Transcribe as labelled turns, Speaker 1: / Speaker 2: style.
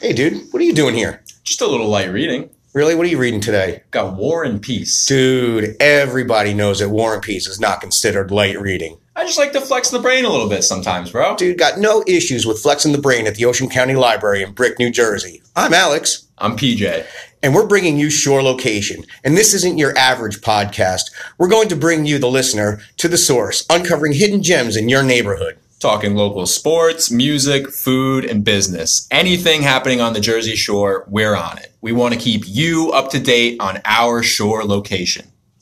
Speaker 1: Hey, dude, what are you doing here?
Speaker 2: Just a little light reading.
Speaker 1: Really? What are you reading today?
Speaker 2: Got War and Peace.
Speaker 1: Dude, everybody knows that War and Peace is not considered light reading.
Speaker 2: I just like to flex the brain a little bit sometimes, bro.
Speaker 1: Dude, got no issues with flexing the brain at the Ocean County Library in Brick, New Jersey. I'm Alex,
Speaker 2: I'm PJ.
Speaker 1: and we're bringing you Shore Location. And this isn't your average podcast. We're going to bring you, the listener, to the source, uncovering hidden gems in your neighborhood.
Speaker 2: Talking local sports, music, food, and business. Anything happening on the Jersey Shore, we're on it. We want to keep you up to date on our shore location.